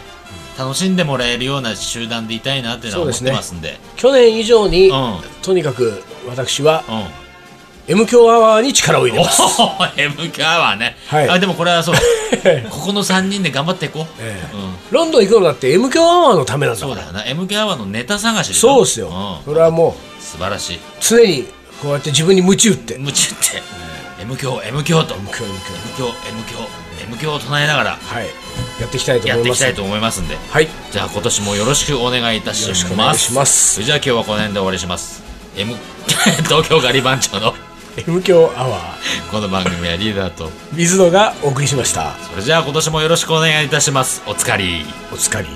[SPEAKER 2] 楽しんでもらえるような集団でいたいなっていうのは思っ
[SPEAKER 1] そうですね
[SPEAKER 2] てますんで
[SPEAKER 1] 去年以上に、
[SPEAKER 2] うんうん
[SPEAKER 1] とにかく私は M 強アワーに力を入
[SPEAKER 2] お
[SPEAKER 1] れます
[SPEAKER 2] お M カーはね、
[SPEAKER 1] はい
[SPEAKER 2] あでもこ れはそうここの3人で頑張っていこう、
[SPEAKER 1] ええ
[SPEAKER 2] うん、
[SPEAKER 1] ロンドン行くのだって M 強アワーのためなんだ
[SPEAKER 2] そ
[SPEAKER 1] か
[SPEAKER 2] うだ
[SPEAKER 1] ら
[SPEAKER 2] よな M カーはのネタ探しでし
[SPEAKER 1] そ
[SPEAKER 2] ょ
[SPEAKER 1] うですよ、
[SPEAKER 2] う、
[SPEAKER 1] それはもうん
[SPEAKER 2] 素晴らしい
[SPEAKER 1] 常にこうやって自分に鞭打って、
[SPEAKER 2] 夢中って M 強 M 強と
[SPEAKER 1] M 強 M 強
[SPEAKER 2] M 教 M 教 M 教を唱えながら
[SPEAKER 1] はいやっていきたいと
[SPEAKER 2] やっ
[SPEAKER 1] 思い
[SPEAKER 2] てい
[SPEAKER 1] ま
[SPEAKER 2] き
[SPEAKER 1] す
[SPEAKER 2] たいと思いますんで
[SPEAKER 1] はい
[SPEAKER 2] じゃあ今年もよろしくお願いいたし
[SPEAKER 1] よろしくお願
[SPEAKER 2] ま
[SPEAKER 1] い
[SPEAKER 2] す
[SPEAKER 1] します
[SPEAKER 2] それじゃあ今日はこの辺で終わりします M 東京ガリ番長の
[SPEAKER 1] M 強アワー
[SPEAKER 2] この番組はリーダーと
[SPEAKER 1] 水野がお送りしました
[SPEAKER 2] それじゃあ今年もよろしくお願いいたしますおつかり
[SPEAKER 1] お疲れ